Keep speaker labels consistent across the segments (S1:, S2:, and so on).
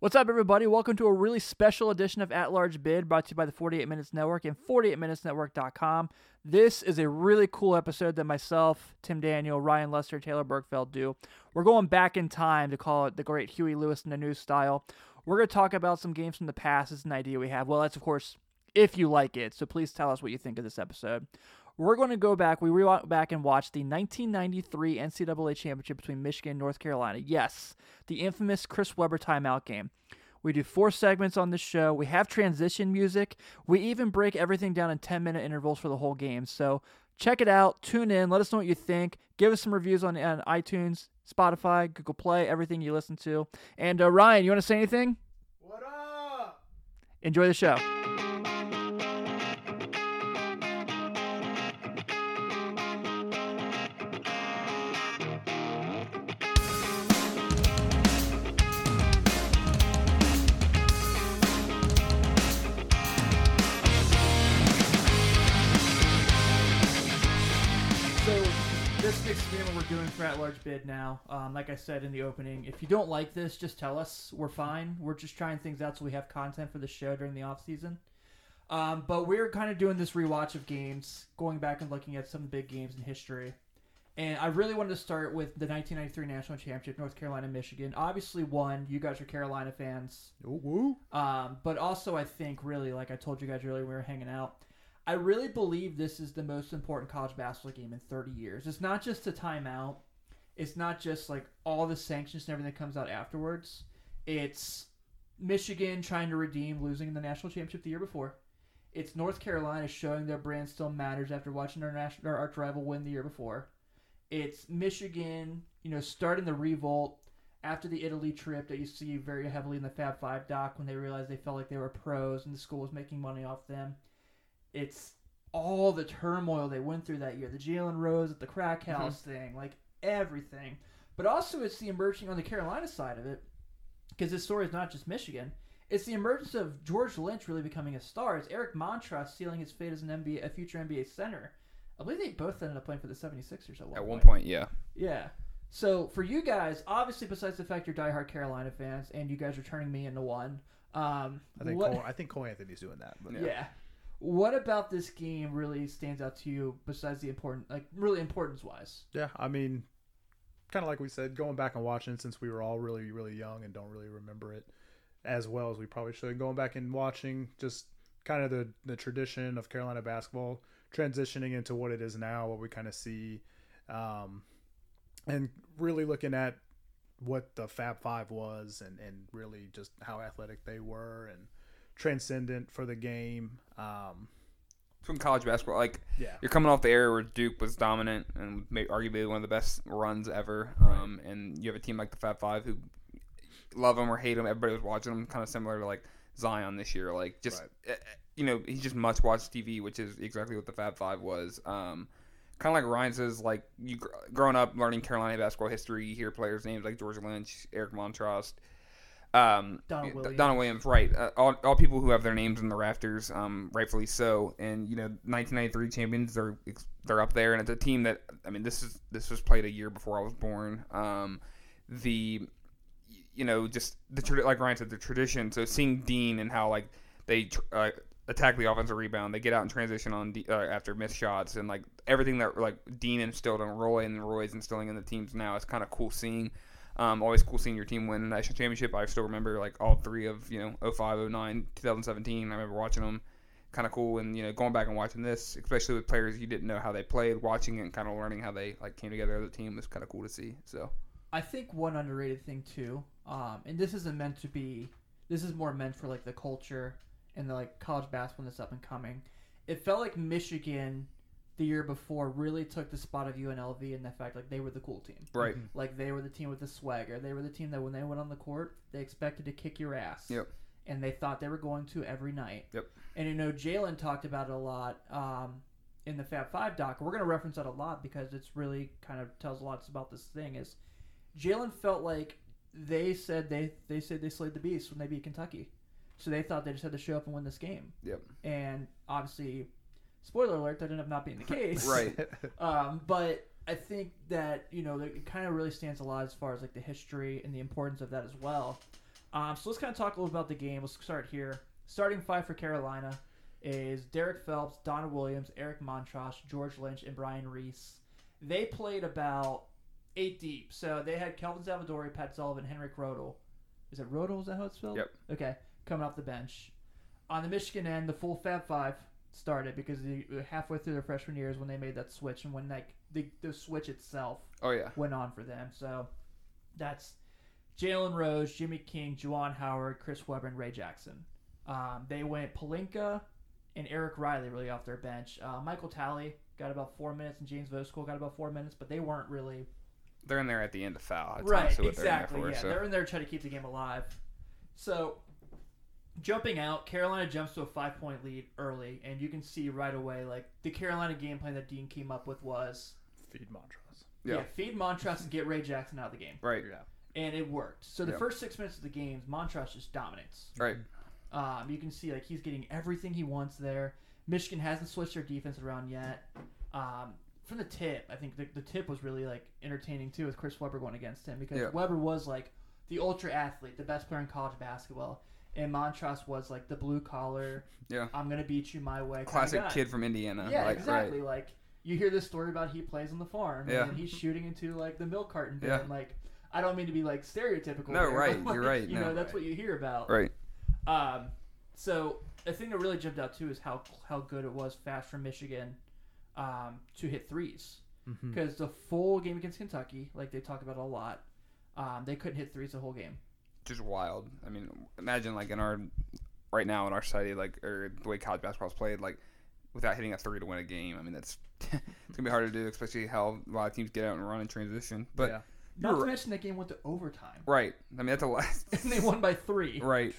S1: What's up, everybody? Welcome to a really special edition of At Large Bid brought to you by the 48 Minutes Network and 48minutesnetwork.com. This is a really cool episode that myself, Tim Daniel, Ryan Lester, Taylor Bergfeld do. We're going back in time to call it the great Huey Lewis in the new style. We're going to talk about some games from the past. It's an idea we have. Well, that's, of course, if you like it. So please tell us what you think of this episode. We're going to go back. We re- went back and watched the 1993 NCAA championship between Michigan and North Carolina. Yes, the infamous Chris Webber timeout game. We do four segments on this show. We have transition music. We even break everything down in 10 minute intervals for the whole game. So check it out. Tune in. Let us know what you think. Give us some reviews on, on iTunes, Spotify, Google Play, everything you listen to. And uh, Ryan, you want to say anything?
S2: What up?
S1: Enjoy the show. So this next game we're doing for at large bid now. Um, like I said in the opening, if you don't like this, just tell us. We're fine. We're just trying things out so we have content for the show during the off season. Um, but we're kind of doing this rewatch of games, going back and looking at some big games in history. And I really wanted to start with the 1993 national championship, North Carolina, Michigan. Obviously, won. You guys are Carolina fans. Um, but also, I think really, like I told you guys earlier, we were hanging out. I really believe this is the most important college basketball game in 30 years. It's not just the timeout. It's not just like all the sanctions and everything that comes out afterwards. It's Michigan trying to redeem losing in the national championship the year before. It's North Carolina showing their brand still matters after watching their national their arch rival win the year before. It's Michigan, you know, starting the revolt after the Italy trip that you see very heavily in the Fab Five doc when they realized they felt like they were pros and the school was making money off them. It's all the turmoil they went through that year. The Jalen Rose at the crack house thing, like everything. But also, it's the emerging on the Carolina side of it, because this story is not just Michigan. It's the emergence of George Lynch really becoming a star. It's Eric Montross sealing his fate as an NBA, a future NBA center. I believe they both ended up playing for the 76ers at one
S2: At one
S1: point.
S2: point, yeah.
S1: Yeah. So for you guys, obviously, besides the fact you're diehard Carolina fans and you guys are turning me into one, um,
S3: I think
S1: what,
S3: Cole, I think Cole Anthony's doing that. But
S1: yeah. what about this game really stands out to you besides the important, like really importance wise?
S3: yeah, I mean, kind of like we said, going back and watching since we were all really really young and don't really remember it as well as we probably should. Going back and watching just kind of the the tradition of Carolina basketball transitioning into what it is now, what we kind of see, um, and really looking at what the Fab Five was and and really just how athletic they were and transcendent for the game. Um,
S4: from college basketball. Like
S3: yeah.
S4: you're coming off the era where Duke was dominant and may, arguably one of the best runs ever, um, and you have a team like the Fab Five who love him or hate him. Everybody was watching him, kind of similar to like Zion this year. Like just eh, eh, you know he's just much watched TV, which is exactly what the Fab Five was. Um, kind of like Ryan says, like you gr- growing up learning Carolina basketball history, you hear players' names like George Lynch, Eric Montross. Um,
S1: Donald
S4: yeah, D-
S1: Williams.
S4: Donald Williams, right? Uh, all, all people who have their names in the rafters, um, rightfully so. And you know, 1993 champions, they're ex- they're up there, and it's a team that I mean, this is this was played a year before I was born. Um, the y- you know, just the tradi- like Ryan said, the tradition. So seeing Dean and how like they tr- uh, attack the offensive rebound, they get out in transition on D- uh, after missed shots, and like everything that like Dean instilled in Roy and Roy's instilling in the teams now. It's kind of cool seeing. Um, always cool seeing your team win a national championship. I still remember like all three of you know 05, 09, 2017. I remember watching them. Kind of cool, and you know, going back and watching this, especially with players you didn't know how they played, watching it and kind of learning how they like came together as a team was kind of cool to see. So
S1: I think one underrated thing too, um, and this isn't meant to be. This is more meant for like the culture and the like college basketball that's up and coming. It felt like Michigan the year before really took the spot of UNLV in the fact like they were the cool team.
S4: right,
S1: Like they were the team with the swagger. They were the team that when they went on the court, they expected to kick your ass.
S4: Yep.
S1: And they thought they were going to every night.
S4: Yep.
S1: And you know, Jalen talked about it a lot um, in the Fab Five doc. We're going to reference that a lot because it's really kind of tells a lot about this thing. Is Jalen felt like they said they they said they slayed the beast when they beat Kentucky, so they thought they just had to show up and win this game.
S4: Yep.
S1: And obviously, spoiler alert, that ended up not being the case.
S4: Right.
S1: Um, but I think that you know that it kind of really stands a lot as far as like the history and the importance of that as well. Um, so let's kind of talk a little about the game. Let's start here. Starting five for Carolina is Derek Phelps, Donna Williams, Eric Montross, George Lynch, and Brian Reese. They played about eight deep. So they had Kelvin Salvadori, Pat Sullivan, Henrik Rodel. Is it Rodel? Is that how it's spelled?
S4: Yep.
S1: Okay. Coming off the bench. On the Michigan end, the full Fab Five started because the, halfway through their freshman years when they made that switch and when like the, the switch itself
S4: Oh yeah.
S1: went on for them. So that's Jalen Rose, Jimmy King, Juwan Howard, Chris Webber, and Ray Jackson. Um, they went Palinka and Eric Riley really off their bench. Uh, Michael Talley got about four minutes, and James Voskol got about four minutes, but they weren't really
S4: They're in there at the end to foul. That's
S1: right.
S4: honestly what
S1: Exactly.
S4: They're in
S1: yeah,
S4: there for, so.
S1: they're in there trying to keep the game alive. So jumping out, Carolina jumps to a five point lead early, and you can see right away like the Carolina game plan that Dean came up with was
S3: Feed Montrose.
S4: Yeah.
S1: feed Montrose and get Ray Jackson out of the game
S4: Right.
S3: Yeah.
S1: and it worked. So the
S4: Yeah.
S1: first six minutes of the game, Montross just dominates.
S4: Right.
S1: Um, you can see like he's getting everything he wants there. Michigan hasn't switched their defense around yet. Um, from the tip, I think the, the tip was really like entertaining too with Chris Webber going against him because
S4: Yeah.
S1: Webber was like the ultra athlete, the best player in college basketball, and Montross was like the blue collar.
S4: Yeah.
S1: I'm gonna beat you my way. kinda
S4: Classic
S1: guy.
S4: kid from Indiana.
S1: Yeah,
S4: like,
S1: exactly. Like you hear this story about he plays on the farm
S4: Yeah.
S1: and he's shooting into like the milk carton bin.
S4: Yeah.
S1: And, like I don't mean to be like stereotypical.
S4: No,
S1: there, but,
S4: right, you're
S1: like,
S4: right,
S1: You
S4: no.
S1: know that's what you hear about.
S4: Right. Right.
S1: Um, so the thing that really jumped out too is how how good it was fast for Michigan um, to hit threes
S4: Hmm.
S3: Mm-hmm.
S1: because the full game against Kentucky, like they talk about a lot, um, they couldn't hit threes the whole game.
S4: Just wild. I mean, imagine like in our right now in our society, like or the way college basketball's played, like without hitting a three to win a game. I mean, that's it's gonna be hard to do, especially how a lot of teams get out and run in transition. But
S3: Yeah.
S1: Not
S4: You're
S1: to
S4: right.
S1: mention that game went to overtime
S4: right. I mean, that's a lot.
S1: and they won by three.
S4: Right.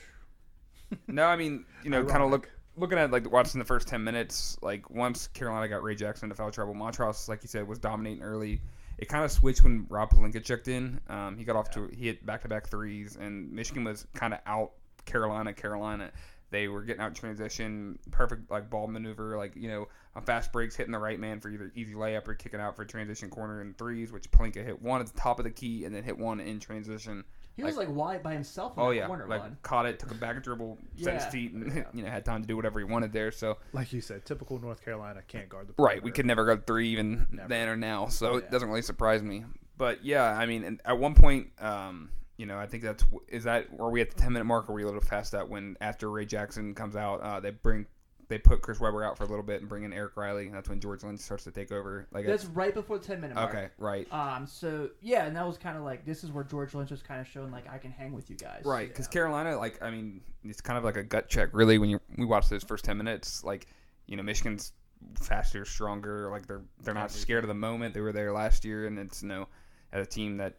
S4: No, I mean, you know, kind of
S3: Ironic.
S4: look looking at like watching the first ten minutes. Like once Carolina got Ray Jackson into foul trouble, Montross, like you said, was dominating early. It kind of switched when Rob Palinka checked in. Um, he got off to he hit back to back threes, and Michigan was kind of out Carolina. Carolina, they were getting out in transition, perfect like ball maneuver, like you know, on fast breaks, hitting the right man for either easy layup or kicking out for transition corner and threes, which Palinka hit one at the top of the key and then hit one in transition.
S1: He was like wide by himself in
S4: Oh
S1: that
S4: yeah,
S1: corner
S4: like
S1: one.
S4: caught it, took a back dribble, set his
S1: Yeah.
S4: feet, and you know had time to do whatever he wanted there. So
S3: Like you said, typical North Carolina can't guard the
S4: right, we
S3: perimeter.
S4: could never go three even
S3: Never.
S4: then or now. So
S3: Yeah.
S4: it doesn't really surprise me. But yeah, I mean, and at one point, um, you know, I think that's is that are we at the ten minute mark? Or are we a little past that when after Ray Jackson comes out, uh, they bring they put Chris Webber out for a little bit and bring in Eric Riley, and that's when George Lynch starts to take over. Like
S1: That's right before the ten minute mark.
S4: okay, right,
S1: Um, so yeah, and that was kind of like this is where George Lynch was kind of showing like I can hang with you guys.
S4: Right, because Carolina, like, I mean, it's kind of like a gut check, really. When you we watch those first ten minutes, like, you know, Michigan's faster, stronger. Like they're they're not scared of the moment. They were there last year, and it's you know, as a team that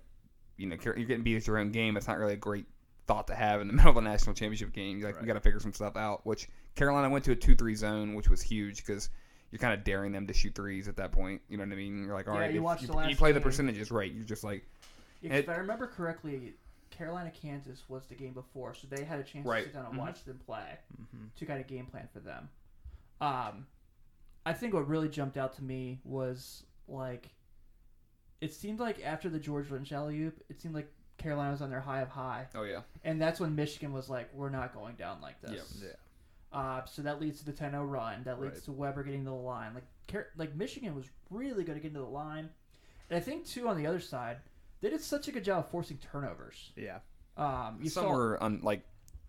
S4: you know Car- you're getting beat at your own game. It's not really a great thought to have in the middle of a national championship game. You're like, we
S3: Right.
S4: got to figure some stuff out. Which Carolina went to a two-three zone, which was huge because. You're kind of daring them to shoot threes at that point. You know what I mean? You're like, all
S1: Yeah,
S4: right,
S1: you
S4: if
S1: watched
S4: you,
S1: the last
S4: you play the
S1: game.
S4: percentages right. You're just like,
S1: If,
S4: It-
S1: I remember correctly, Carolina Kansas was the game before, so they had a chance
S4: Right.
S1: to sit down and
S4: Mhm.
S1: watch them play
S3: Mm-hmm.
S1: to kind of game plan for them. Um, I think what really jumped out to me was like it seemed like after the George Lynch alley oop, it seemed like Carolina was on their high of high,
S4: oh yeah,
S1: and that's when Michigan was like, "We're not going down like this."
S3: Yeah.
S1: Uh, so that leads to the 10-0 run. That leads
S3: Right.
S1: to Weber getting to the line. Like Car- like Michigan was really going to get into the line, and I think too on the other side, they did such a good job of forcing turnovers.
S3: Yeah.
S1: Um, you
S4: some
S1: saw
S4: were un, like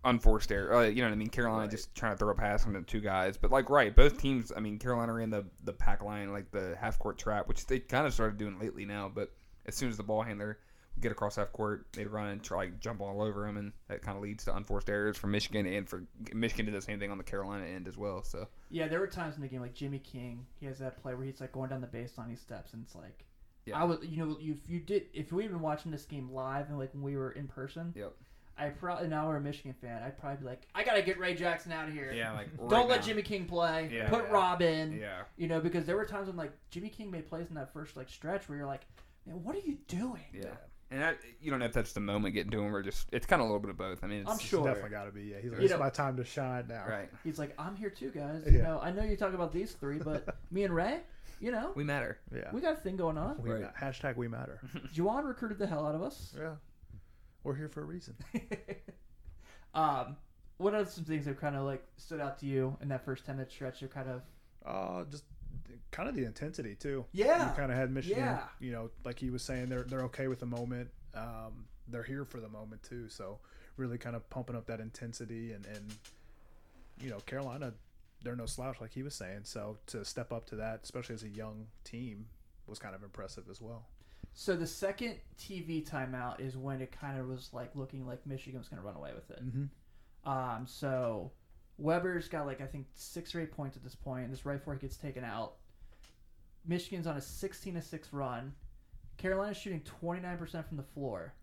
S4: unforced error. Uh, you know what I mean? Carolina
S3: Right.
S4: just trying to throw a pass on the two guys, but like right, both teams. I mean, Carolina ran the the pack line, like the half court trap, which they kind of started doing lately now. But as soon as the ball handler would get across half court, they'd run and try like, jump all over him, and that kind of leads to unforced errors for Michigan and for Michigan did the same thing on the Carolina end as well. So
S1: yeah, there were times in the game like Jimmy King. He has that play where he's like going down the baseline, he steps, and it's like.
S4: Yeah.
S1: I was, you know, if you did, if we had been watching this game live and like when we were in person,
S4: Yep.
S1: I probably now we're a Michigan fan. I'd probably be like, I gotta get Ray Jackson out of here.
S4: like
S1: don't let Jimmy King play.
S4: Yeah,
S1: Put
S4: yeah.
S1: Rob in.
S4: Yeah,
S1: You know, because there were times when like Jimmy King made plays in that first like stretch where you're like, man, what are you doing?
S4: yeah. And that, you don't know if that's the moment getting to him or just it's kind of a little bit of both. I mean, it's,
S1: I'm
S3: It's
S1: sure.
S3: Definitely got to be. Yeah. He's like,
S1: You
S3: it's
S1: know-
S3: my time to shine now.
S4: right.
S1: He's like, I'm here too, guys. You
S3: Yeah.
S1: know, I know you talk about these three, but me and Ray, you know,
S4: We matter.
S3: Yeah.
S1: we got a thing going on.
S3: We
S4: Right.
S3: ma- hashtag we matter.
S1: Juwan recruited the hell out of us.
S3: yeah. We're here for a reason.
S1: Um, what are some things that kind of like stood out to you in that first ten minute stretch? You're kind of
S3: Uh, just kind of the intensity too.
S1: Yeah.
S3: you kind of had Michigan.
S1: Yeah.
S3: You know, like he was saying, they're they're okay with the moment. Um, they're here for the moment too. So really, kind of pumping up that intensity and and you know Carolina, they're no slouch like he was saying. So to step up to that, especially as a young team, was kind of impressive as well.
S1: so the second TV timeout is when it kind of was like looking like Michigan was going to run away with it.
S3: Mm-hmm.
S1: Um, so Weber's got like I think six or eight points at this point. and This right before he gets taken out. Michigan's on a sixteen to six run. Carolina's shooting twenty nine percent from the floor,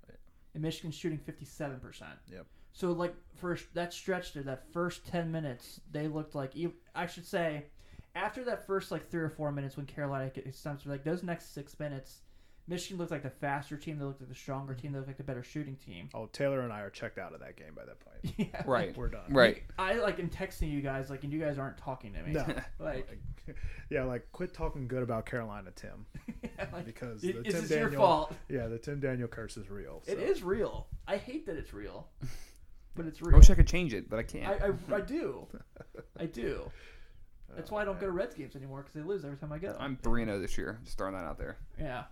S1: and Michigan's shooting fifty seven percent.
S3: Yep.
S1: So like for that stretch there, that first ten minutes, they looked like e- I should say, after that first like three or four minutes when Carolina gets stumped, like those next six minutes, Michigan looked like the faster team. They looked like the stronger team. They looked like the better shooting team.
S3: Oh, Taylor and I are checked out of that game by that point.
S1: yeah.
S4: Right.
S3: We're done.
S4: Right.
S1: I like am texting you guys like and you guys aren't talking to me.
S3: No.
S1: Like,
S3: yeah, like quit talking good about Carolina, Tim,
S1: like,
S3: because
S1: i-
S3: the
S1: is
S3: Tim
S1: this
S3: Daniel,
S1: your fault?
S3: Yeah, the Tim Daniel curse is real.
S1: It
S3: so.
S1: is real. I hate that it's real, but it's
S4: I
S1: real.
S4: wish I could change it, but I can't.
S1: I, I, I do, I do.
S3: Oh,
S1: That's why I don't go
S3: man.
S1: to Reds games anymore because they lose every time I go.
S4: I'm 3 0 this year. Just throwing that out there.
S1: yeah,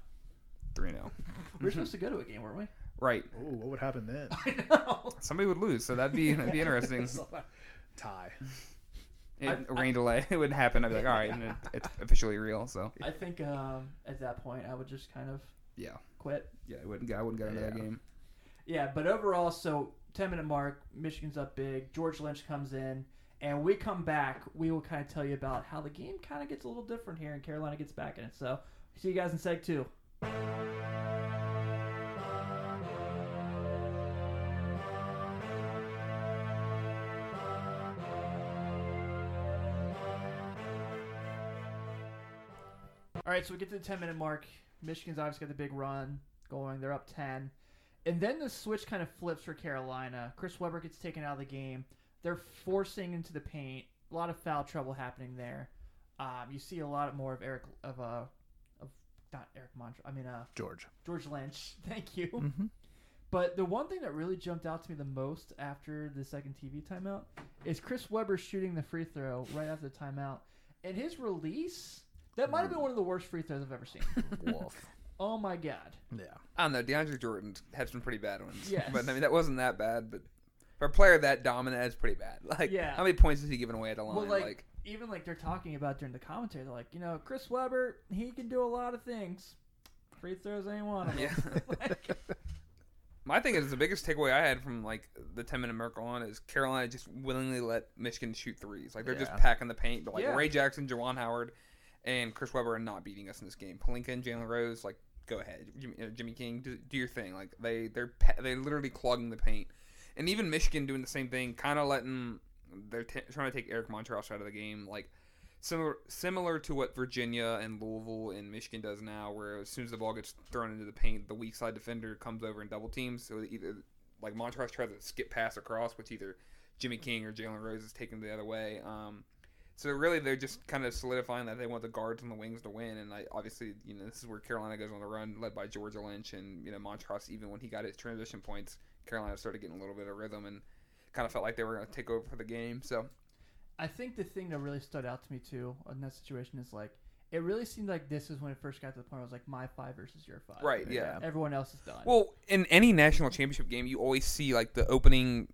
S4: 3 0.
S1: we we're supposed to go to a game, weren't we?
S4: Right.
S3: Ooh, what would happen then?
S1: I know.
S4: Somebody would lose, so that'd be that'd be interesting.
S3: Tie.
S4: It, a rain delay. It wouldn't happen. I'd be like, all right, and it, it's officially real. So
S1: I think um, at that point I would just kind of
S4: Yeah.
S1: quit.
S4: yeah, I wouldn't. go- I wouldn't go to that
S3: Yeah.
S4: game.
S1: Yeah, but overall, so 10 minute mark, Michigan's up big. George Lynch comes in, and we come back. We will kind of tell you about how the game kind of gets a little different here, and Carolina gets back in it. So, see you guys in seg two. All right, so we get to the 10 minute mark. Michigan's obviously got the big run going. They're up 10. And then the switch kind of flips for Carolina. Chris Webber gets taken out of the game. They're forcing into the paint. A lot of foul trouble happening there. Um, you see a lot more of Eric of uh of not Eric Montre. I mean uh
S3: George.
S1: George Lynch. Thank you.
S3: Mm-hmm.
S1: But the one thing that really jumped out to me the most after the second TV timeout is Chris Webber shooting the free throw right after the timeout, and his release. That might have been one of the worst free throws I've ever seen.
S4: Wolf.
S1: oh my god!
S3: Yeah.
S4: I don't know. DeAndre Jordan had some pretty bad ones.
S1: Yes.
S4: But I mean, that wasn't that bad. But for a player that dominant, that's pretty bad. Like,
S1: Yeah.
S4: how many points is he giving away at the line?
S1: Well, like, even like they're talking about during the commentary, they're like, you know, Chris Webber, he can do a lot of things. Free throws ain't one of them.
S4: yeah.
S1: Like,
S4: My thing is the biggest takeaway I had from like the ten minute mark on is Carolina just willingly let Michigan shoot threes. Like they're just
S3: Yeah.
S4: packing the paint. But like
S1: Yeah.
S4: Ray Jackson, Jawan Howard, and Chris Webber are not beating us in this game. Palinka and Jalen Rose, like go ahead, Jimmy, uh, Jimmy King, do, do your thing. Like they they're pa- they literally clogging the paint, and even Michigan doing the same thing, kind of letting they're t- trying to take Eric Montross out of the game. Like similar similar to what Virginia and Louisville and Michigan does now, where as soon as the ball gets thrown into the paint, the weak side defender comes over and double teams. So either like Montrose tries to skip pass across, which either Jimmy King or Jalen Rose is taking the other way. Um, so really, they're just kind of solidifying that they want the guards and the wings to win. And I, obviously, you know, this is where Carolina goes on the run, led by Georgia Lynch and you know Montrose. Even when he got his transition points, Carolina started getting a little bit of rhythm and kind of felt like they were going to take over for the game. So
S1: I think the thing that really stood out to me too in that situation is like it really seemed like this is when it first got to the point where I was like my five versus your five.
S4: right, yeah.
S1: Everyone else is done.
S4: Well, in any national championship game, you always see like the opening.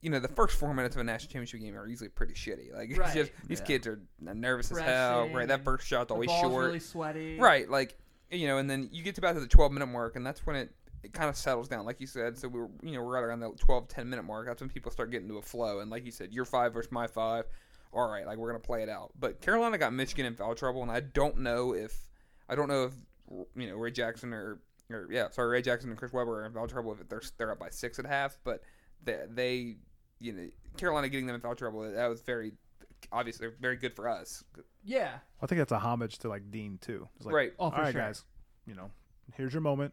S4: You know, the first four minutes of a national championship game are usually pretty shitty. Like it's
S1: Right.
S4: just these
S3: Yeah.
S4: kids are nervous as hell.
S1: Pressing
S4: Right, that
S1: and
S4: first shot's
S1: the
S4: always
S1: ball's
S4: short.
S1: really sweaty.
S4: Right, like you know, and then you get to about to the twelve minute mark, and that's when it, it kind of settles down, like you said. So we were, you know, we're right around the 12, 10 minute mark. That's when people start getting to a flow, and like you said, your five versus my five. All right, like we're gonna play it out. But Carolina got Michigan in foul trouble, and I don't know if I don't know if you know Ray Jackson or or yeah, sorry, Ray Jackson and Chris Webber are in foul trouble if they're they're up by six at half, but they, they you know Carolina getting them in foul trouble that was very obviously very good for us.
S1: Yeah.
S3: I think that's a homage to like Dean too. It's like,
S4: right.
S1: Oh,
S3: All
S1: for
S3: right,
S1: sure.
S3: guys. You know, here's your moment.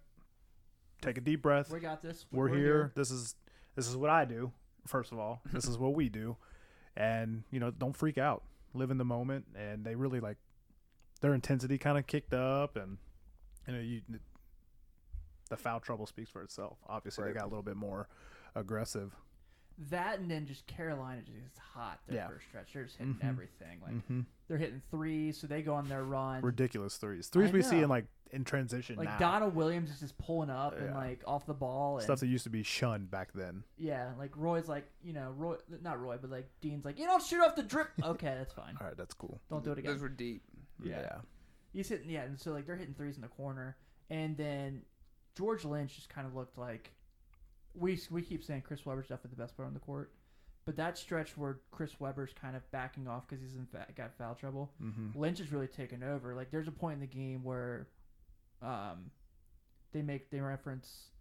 S3: Take a deep breath.
S1: We got this.
S3: We're, here. This is this is what I do. First of all, this is what we do, and you know, don't freak out. Live in the moment, and they really like their intensity kind of kicked up, and you know, you the foul trouble speaks for itself. Obviously,
S4: Right.
S3: they got a little bit more aggressive.
S1: That and then just Carolina just is hot their
S3: Yeah.
S1: first stretch. They're just hitting
S3: Mhm.
S1: everything. Like
S3: Mhm.
S1: they're hitting threes, so they go on their run.
S3: Ridiculous threes. Threes we see
S1: know.
S3: in like in transition
S1: like
S3: now.
S1: Donna Williams is just pulling up and
S3: Yeah.
S1: like off the ball and
S3: Stuff that used to be shunned back then.
S1: yeah, like Roy's like you know Roy not Roy but like Dean's like you don't shoot off the drip. okay, that's fine.
S3: All right, that's cool.
S1: Don't do it again.
S4: Those were deep.
S1: He's hitting yeah, and so like they're hitting threes in the corner, and then George Lynch just kind of looked like we we keep saying Chris Webber's definitely the best player on the court, but that stretch where Chris Webber's kind of backing off because he's in fa- got foul trouble,
S3: Mm-hmm.
S1: Lynch is really taking over. Like there's a point in the game where, um, they make they reference.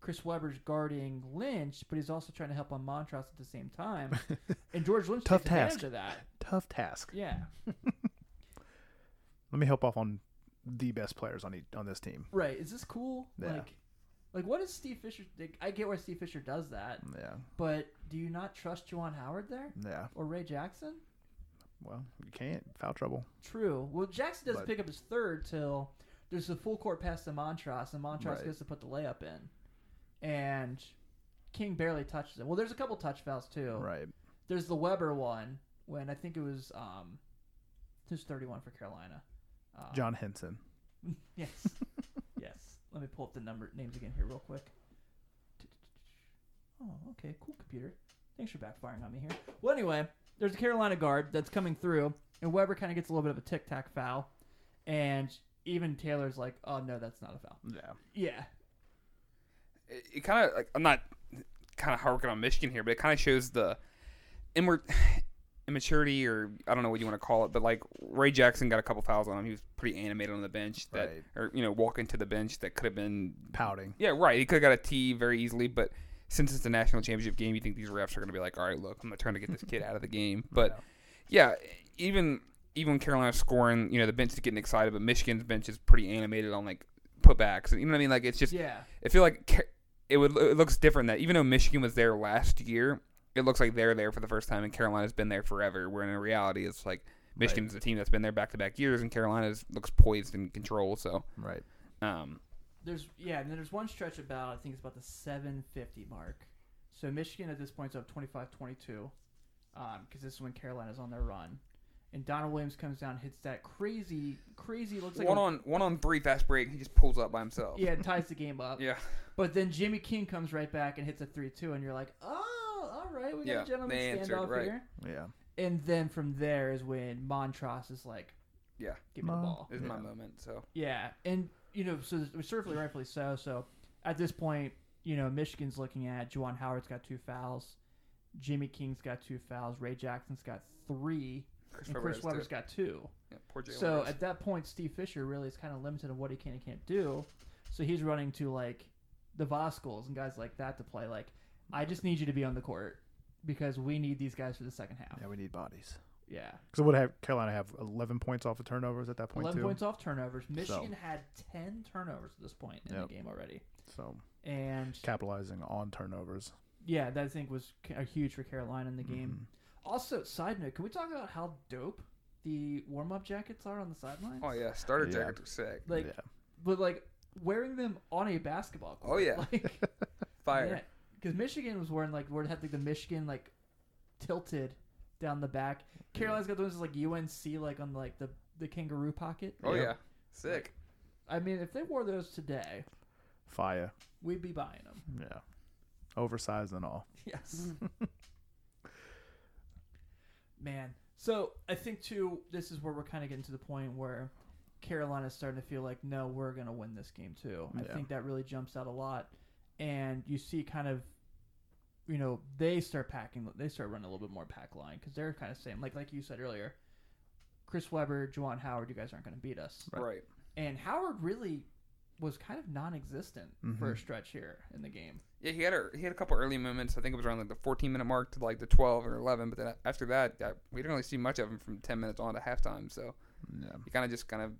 S1: Chris Webber's guarding Lynch, but he's also trying to help on Montross at the same time. And George Lynch
S3: Tough
S1: takes advantage
S3: task.
S1: of that.
S3: Tough task.
S1: Yeah.
S3: Let me help off on the best players on each, on this team.
S1: Right. Is this cool?
S3: Yeah.
S1: Like, like what is Steve Fisher? Like, I get why Steve Fisher does that,
S3: Yeah,
S1: but do you not trust Juwan Howard there
S3: yeah.
S1: or Ray Jackson?
S3: Well, you can't foul trouble.
S1: True. Well, Jackson doesn't
S3: But-
S1: pick up his third till there's a full court pass to Montross, and Montross
S3: Right.
S1: gets to put the layup in, and King barely touches it. Well, there's a couple touch fouls too.
S3: Right.
S1: There's the Weber one when I think it was um, who's 31 for Carolina. Um,
S3: John Henson.
S1: Yes. yes. Let me pull up the number names again here real quick. Oh, okay. Cool computer. Thanks for backfiring on me here. Well, anyway, there's a Carolina guard that's coming through, and Weber kind of gets a little bit of a tic tac foul, and even Taylor's like, "Oh no, that's not a foul."
S3: Yeah.
S1: Yeah.
S4: It, it kind of like I'm not kind of harping on Michigan here, but it kind of shows the immor- immaturity or I don't know what you want to call it, but like Ray Jackson got a couple fouls on him. He was pretty animated on the bench that
S3: Right.
S4: or you know walking to the bench that could have been
S3: Pouting.
S4: Yeah, right. He could have got a T very easily, but since it's the national championship game, you think these refs are going to be like, all right, look, I'm trying to get this kid out of the game. But yeah, even even Carolina's scoring, you know, the bench is getting excited, but Michigan's bench is pretty animated on like putbacks. And you know what I mean? Like it's just,
S1: Yeah.
S4: I feel like Ca- it would it looks different that even though Michigan was there last year, it looks like they're there for the first time, and Carolina's been there forever. Where in reality, it's like Michigan's the team that's been there back to back years, and Carolina's looks poised and controlled. So,
S3: Right.
S4: um,
S1: There's yeah, and then there's one stretch about I think it's about the 750 mark. So Michigan at this point's up 25-22, because this is when Carolina's on their run, and Donald Williams comes down, hits that crazy, crazy looks like
S4: one
S1: a-
S4: on one on three fast break. He just pulls up by himself.
S1: yeah, and ties the game up.
S4: yeah,
S1: But then Jimmy King comes right back and hits a three-two, and you're like, oh, all right, we got
S4: Yeah,
S1: a gentleman
S4: they answered,
S1: standoff
S4: right.
S1: here.
S3: Yeah.
S1: And then from there is when Montross is like,
S4: Yeah.
S1: give me the
S3: Mon-
S1: ball.
S4: this is my
S3: Yeah.
S4: moment. So
S1: Yeah, and you know, so certainly rightfully so. So at this point, you know, Michigan's looking at Juwan Howard's got two fouls, Jimmy King's got two fouls, Ray Jackson's got three,
S4: Chris,
S1: and
S4: Webber
S1: Chris
S4: has
S1: Webber's
S4: to-
S1: got two.
S4: yeah, poor Jalen
S1: So
S4: Rose.
S1: at that point, Steve Fisher really is kind of limited on what he can and can't do. So he's running to like the Voskels and guys like that to play. Like, I just need you to be on the court because we need these guys for the second half.
S3: Yeah. We need bodies.
S1: Yeah.
S3: So would have Carolina have 11 points off of turnovers at that point
S1: 11
S3: too?
S1: points off turnovers. Michigan had 10 turnovers at this point in
S3: Yep.
S1: the game already.
S3: So
S1: And
S3: capitalizing on turnovers.
S1: yeah, that I think was ca- huge for Carolina in the
S3: Mm-hmm.
S1: game. Also, side note, can we talk about how dope the warm up jackets are on the sidelines?
S4: oh yeah, starter
S3: Yeah.
S4: jackets are sick.
S1: Like,
S3: yeah.
S1: but like wearing them on a basketball court.
S4: Oh, yeah.
S1: like
S4: Fire.
S1: Because Michigan was wearing like where it had like the Michigan like tilted down the back. Carolina's got those like UNC like on like the the kangaroo pocket.
S4: Oh
S3: Yeah.
S4: yeah, sick.
S1: I mean, if they wore those today,
S3: Fire.
S1: we'd be buying them.
S3: Yeah. Oversized and all.
S1: Yes. Man. So I think too, this is where we're kind of getting to the point where Carolina's starting to feel like, no, we're going to win this game too. I
S3: Yeah.
S1: think that really jumps out a lot, and you see kind of, you know, they start packing, they start running a little bit more pack line because they're kind of saying, like, like you said earlier, Chris Webber, Juwan Howard, you guys aren't going to beat us,
S4: Right.
S1: and Howard really was kind of non-existent for a stretch here in the game.
S4: Yeah, he had a he had a couple early moments. I think it was around like the 14 minute mark to like the 12 or 11. But then after that, I, we didn't really see much of him from 10 minutes on to halftime. So
S3: Yeah.
S4: he kind of just kind of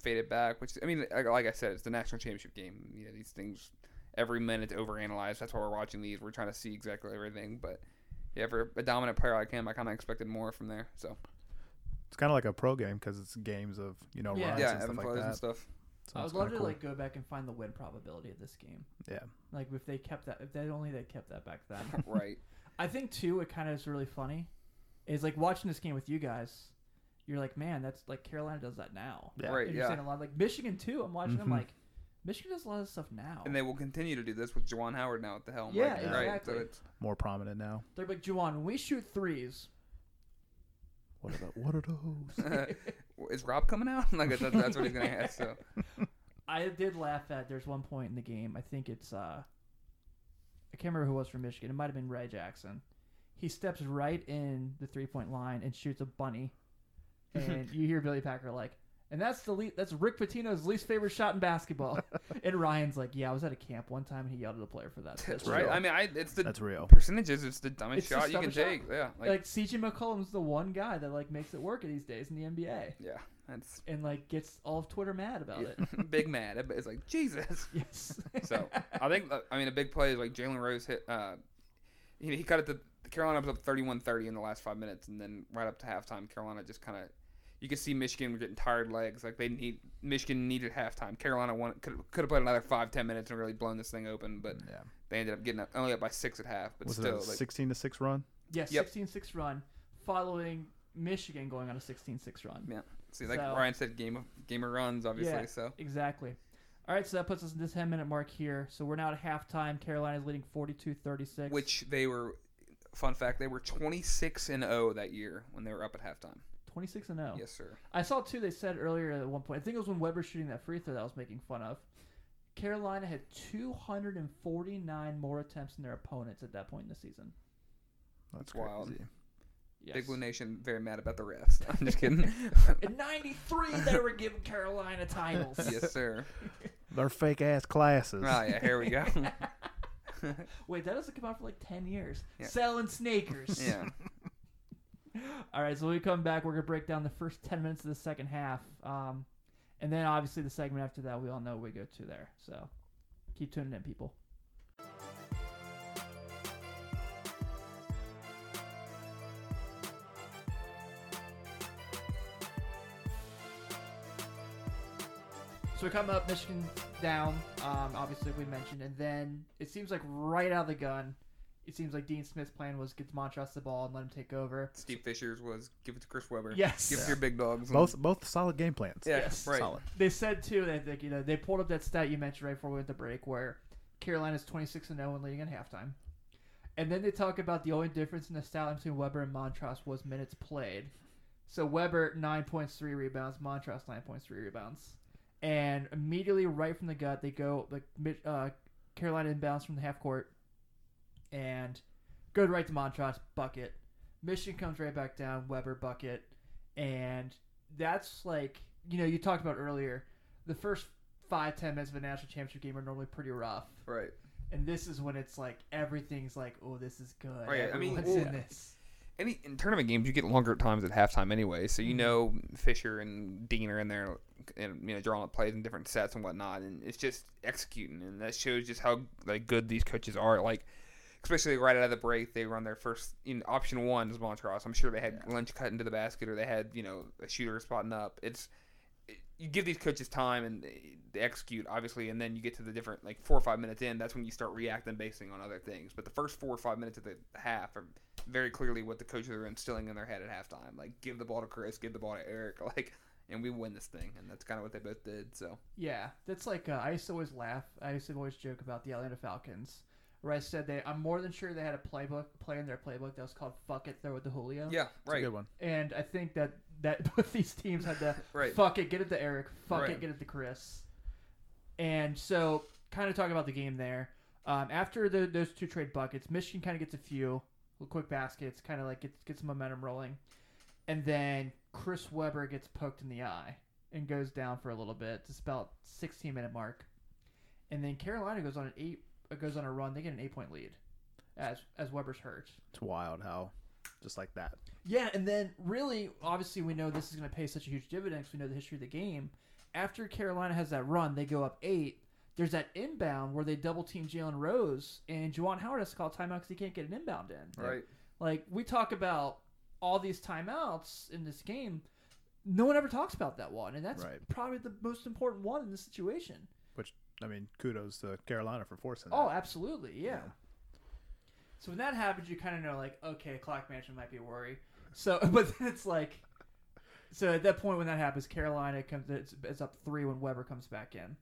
S4: faded back. Which I mean, like, like I said, it's the national championship game. You know, these things every minute's overanalyzed. That's why we're watching these. We're trying to see exactly everything. But yeah, for a dominant player like him, I kind of expected more from there. So
S3: It's kind of like a pro game because it's games of you know
S1: Yeah.
S3: runs
S1: Yeah,
S4: yeah,
S3: and stuff
S4: Evan
S3: like
S4: flows and
S3: that.
S4: stuff.
S3: So
S1: I would
S3: it's
S1: love
S3: kinda
S1: to
S3: cool.
S1: like go back and find the win probability of this game.
S3: Yeah.
S1: Like if they kept that, if they only they kept that back then.
S4: right.
S1: I think too, it kind of is really funny. Is like watching this game with you guys. You're like, man, that's like Carolina does that now.
S3: Yeah.
S4: Right.
S1: And you're
S4: yeah.
S1: saying a lot like Michigan too. I'm watching them
S3: Mhm.
S1: like Michigan does a lot of stuff now.
S4: And they will continue to do this with Jawan Howard now at the helm.
S1: Yeah,
S4: like, Right. So
S1: exactly.
S4: it's
S3: More prominent now.
S1: They're like, Juwan, we shoot threes.
S3: What are the, what are those?
S4: is Rob coming out? Like that's, that's what he's gonna ask. So
S1: I did laugh at. There's one point in the game. I think it's uh, I can't remember who it was from Michigan. It might have been Ray Jackson. He steps right in the three point line and shoots a bunny, and you hear Billy Packer like, and that's the le- that's Rick Pitino's least favorite shot in basketball. and Ryan's like, yeah, I was at a camp one time and he yelled at a player for that.
S4: that's
S1: That's
S4: right.
S1: real.
S4: I mean, I it's the
S3: That's real.
S4: percentages. It's the dumbest
S1: It's the
S4: shot you can
S1: dumbest
S4: take.
S1: shot.
S4: Yeah. Like,
S1: Like, CJ McCollum's the one guy that like makes it work these days in the NBA
S4: yeah. That's
S1: and like gets all of Twitter mad about it.
S4: big mad. It's like Jesus.
S1: Yes.
S4: So I think uh, I mean a big play is like Jalen Rose hit. Uh, he, he cut it. To, Carolina was up 31-30 in the last five minutes, and then right up to halftime, Carolina just kind of. You could see Michigan were getting tired legs. Like they need Michigan needed halftime. Carolina won, could could have played another five ten minutes and really blown this thing open, but
S3: Yeah.
S4: they ended up getting up, only up by six at half. But
S3: Was
S4: still,
S3: it a
S4: like,
S3: 16 to 6 run?
S1: Yeah,
S4: Yep.
S1: 16 6 run following Michigan going on a 16 6 run.
S4: yeah. See, like
S1: So-
S4: Ryan said, game of game of runs, obviously.
S1: Yeah.
S4: So
S1: Exactly. All right, so that puts us in this 10 minute mark here. So we're now at halftime. Carolina's leading 42 36.
S4: which they were. Fun fact: they were twenty six and zero that year when they were up at halftime.
S1: 26 and 0.
S4: Yes, sir.
S1: I saw too, they said earlier at one point, I think it was when Weber shooting that free throw that I was making fun of. Carolina had 249 more attempts than their opponents at that point in the season.
S3: That's
S4: wild.
S3: crazy.
S1: Yes.
S4: Big Blue Nation very mad about the refs. I'm just kidding.
S1: In 93, they were giving Carolina titles.
S4: yes, sir.
S3: They're fake ass classes.
S4: Oh yeah, here we go.
S1: Wait, that doesn't come out for like 10 years.
S4: Yeah.
S1: Selling sneakers.
S4: yeah,
S1: All right, so when we come back, we're going to break down the first 10 minutes of the second half. Um, and then obviously the segment after that, we all know what we go to there. So keep tuning in, people. So we come up, Michigan down, um, obviously we mentioned, and then it seems like right out of the gun, it seems like Dean Smith's plan was get Montrose the ball and let him take over.
S4: Steve Fisher's was give it to Chris Webber.
S1: Yes.
S4: give it to your big dogs.
S3: Both both solid game plans.
S4: Yeah,
S1: Yes.
S4: right.
S3: Solid.
S1: They said too that like, you know they pulled up that stat you mentioned right before we went to break, where Carolina's twenty six and oh zero and leading at halftime, and then they talk about the only difference in the stat line between Weber and Montross was minutes played. So Weber nine points, three rebounds. Montross nine points, three rebounds, and immediately right from the gut they go like mid- uh, Carolina inbounds from the half court, and good right to Montross bucket. Michigan comes right back down Weber bucket, and that's like you know you talked about earlier the first five ten minutes of a national championship game are normally pretty rough
S4: Right.
S1: and this is when it's like everything's like oh this is good
S4: Oh, yeah, I mean,
S1: Everyone's
S4: well-
S1: in this
S4: Any in tournament games, you get longer times at halftime anyway, so you know Fisher and Dean are in there and you know drawing up plays in different sets and whatnot, and it's just executing, and that shows just how like good these coaches are. Like. Especially right out of the break, they run their first you know, option one is Montross. I'm sure they had lunch cut into the basket, or they had you know a shooter spotting up. It's you give these coaches time and they, they execute obviously and then you get to the different like four or five minutes in that's when you start reacting basing on other things but the first four or five minutes of the half are very clearly what the coaches are instilling in their head at halftime like give the ball to chris give the ball to eric like and we win this thing and that's kind of what they both did so
S1: yeah that's like uh, i used to always laugh i used to always joke about the atlanta falcons where i said they i'm more than sure they had a playbook play in their playbook that was called fuck it throw it to julio
S4: yeah
S3: It's a
S4: right
S3: good one.
S1: and i think that that both these teams had the
S4: right
S1: Fuck it, get it to Eric. Fuck
S4: Right.
S1: it, get it to Chris. And so, kind of talk about the game there. Um, after the, those two trade buckets, Michigan kind of gets a few little quick baskets, kind of like gets gets some momentum rolling, and then Chris Webber gets poked in the eye and goes down for a little bit. It's about 16 minute mark, and then Carolina goes on an eight uh, goes on a run. They get an eight point lead as as Weber's hurt.
S3: It's wild how just like that.
S1: Yeah, and then really, obviously, we know this is going to pay such a huge dividend 'cause we know the history of the game. After Carolina has that run, they go up eight. There's that inbound where they double team Jalen Rose, and Juwan Howard has to call timeout because he can't get an inbound in.
S4: right
S1: Like, we talk about all these timeouts in this game. No one ever talks about that one, and that's
S3: Right.
S1: probably the most important one in this situation.
S3: I mean, kudos to Carolina for forcing that.
S1: Oh, absolutely, yeah. Oh, So when that happens, you kind of know like, okay, clock management might be a worry. So, but then it's like, so at that point when that happens, Carolina comes. It's, it's up three when Weber comes back in,